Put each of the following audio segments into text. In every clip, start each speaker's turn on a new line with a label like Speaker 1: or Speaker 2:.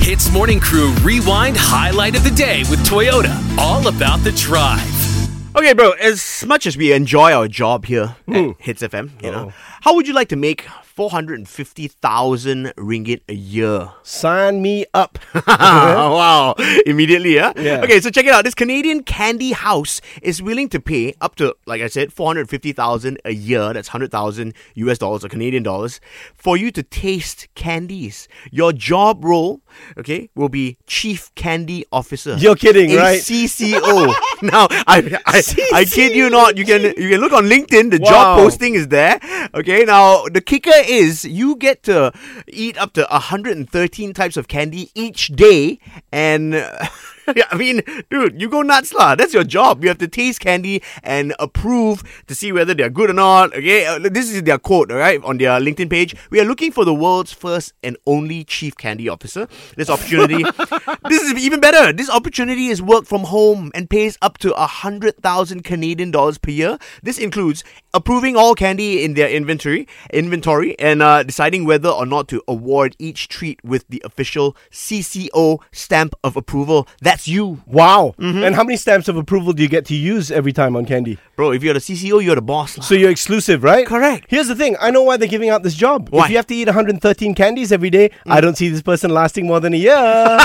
Speaker 1: Hits Morning Crew Rewind Highlight of the Day with Toyota. All about the drive.
Speaker 2: Okay, bro, as much as we enjoy our job here
Speaker 3: Hmm.
Speaker 2: at Hits FM, you know, how would you like to make 450,000 ringgit a year? Ah,
Speaker 3: Sign me up.
Speaker 2: wow, immediately, yeah?
Speaker 3: Yeah.
Speaker 2: Okay, so check it out. This Canadian candy house is willing to pay up to, like I said, 450,000 a year. That's 100,000 US dollars or Canadian dollars for you to taste candies. Your job role, okay, will be chief candy officer.
Speaker 3: You're kidding,
Speaker 2: A
Speaker 3: right?
Speaker 2: CCO. now, I, I, I kid you not. You can you can look on LinkedIn. The job
Speaker 3: Wow.
Speaker 2: posting is there. Okay, now the kicker is you get to eat up to 113 types of candy each day, and uh, yeah, I mean, dude, you go nuts lah. That's your job. You have to taste candy and approve to see whether they're good or not. Okay, Uh, this is their quote, all right, on their LinkedIn page. We are looking for the world's first and only chief candy officer. This opportunity, this is even better. This opportunity is work from home and pays up to a hundred thousand Canadian dollars per year. This includes approving all candy in their inventory, inventory, and uh, deciding whether or not to award each treat with the official CCO stamp of approval. That's you,
Speaker 3: wow.
Speaker 2: Mm-hmm.
Speaker 3: And how many stamps of approval do you get to use every time on candy?
Speaker 2: bro. If you're the CCO, you're the boss. lah.
Speaker 3: So you're exclusive, right?
Speaker 2: Correct.
Speaker 3: Here's the thing. I know why they're giving out this job.
Speaker 2: Why? Mm.
Speaker 3: If you have to eat 113 candies every day, I don't see this person lasting more than a year.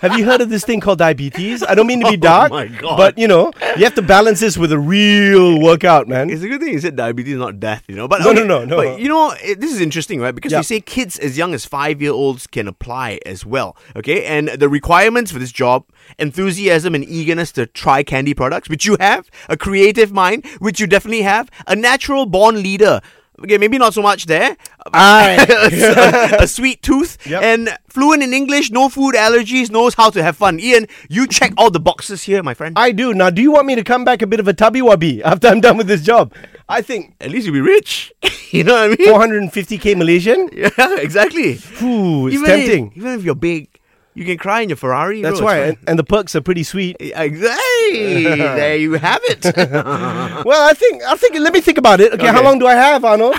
Speaker 3: have you heard of this thing called diabetes? I don't mean to be dark,
Speaker 2: Oh my God.
Speaker 3: but you know, you have to balance this with a real workout, man.
Speaker 2: It's a good thing you said diabetes, not death, you know. But
Speaker 3: No, no, no, no.
Speaker 2: But you know, it, this is interesting, right? Because
Speaker 3: Yeah.
Speaker 2: they say kids as young as five year olds can apply as well. Okay, and the requirements for this job: enthusiasm and eagerness to try candy products, which you have; a creative mind, which you definitely have; a natural born leader. Okay, maybe not so much there. a, a sweet tooth
Speaker 3: Yep.
Speaker 2: and fluent in English, no food allergies, knows how to have fun. Ian, you check all the boxes here, my friend.
Speaker 3: I do. Now, do you want me to come back a bit of a tubby wubby after I'm done with this job? I think
Speaker 2: At least you'll be rich. you know what I mean?
Speaker 3: 450k Malaysian?
Speaker 2: Yeah, exactly.
Speaker 3: Ooh, it's
Speaker 2: even
Speaker 3: tempting.
Speaker 2: If, even if you're big, you can cry in your Ferrari.
Speaker 3: That's
Speaker 2: bro,
Speaker 3: why.
Speaker 2: it's
Speaker 3: And, and the perks are pretty sweet.
Speaker 2: fine. Exactly. there you have it.
Speaker 3: Well, I think, I think, let me think about it. Okay, how
Speaker 2: Okay.
Speaker 3: long do I have, Arnold?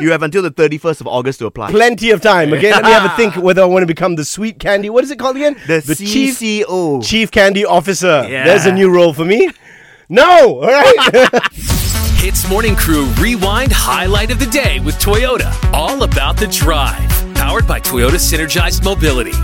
Speaker 2: you have until the 31st of August to apply.
Speaker 3: Plenty of time. Okay, let me have a think whether I want to become the sweet candy. What is it called again?
Speaker 2: the,
Speaker 3: chief
Speaker 2: CCO.
Speaker 3: chief candy officer.
Speaker 2: Yeah.
Speaker 3: There's a new role for me. No, all right.
Speaker 1: Hits Morning Crew Rewind Highlight of the Day with Toyota. All about the drive. Powered by Toyota Synergized Mobility.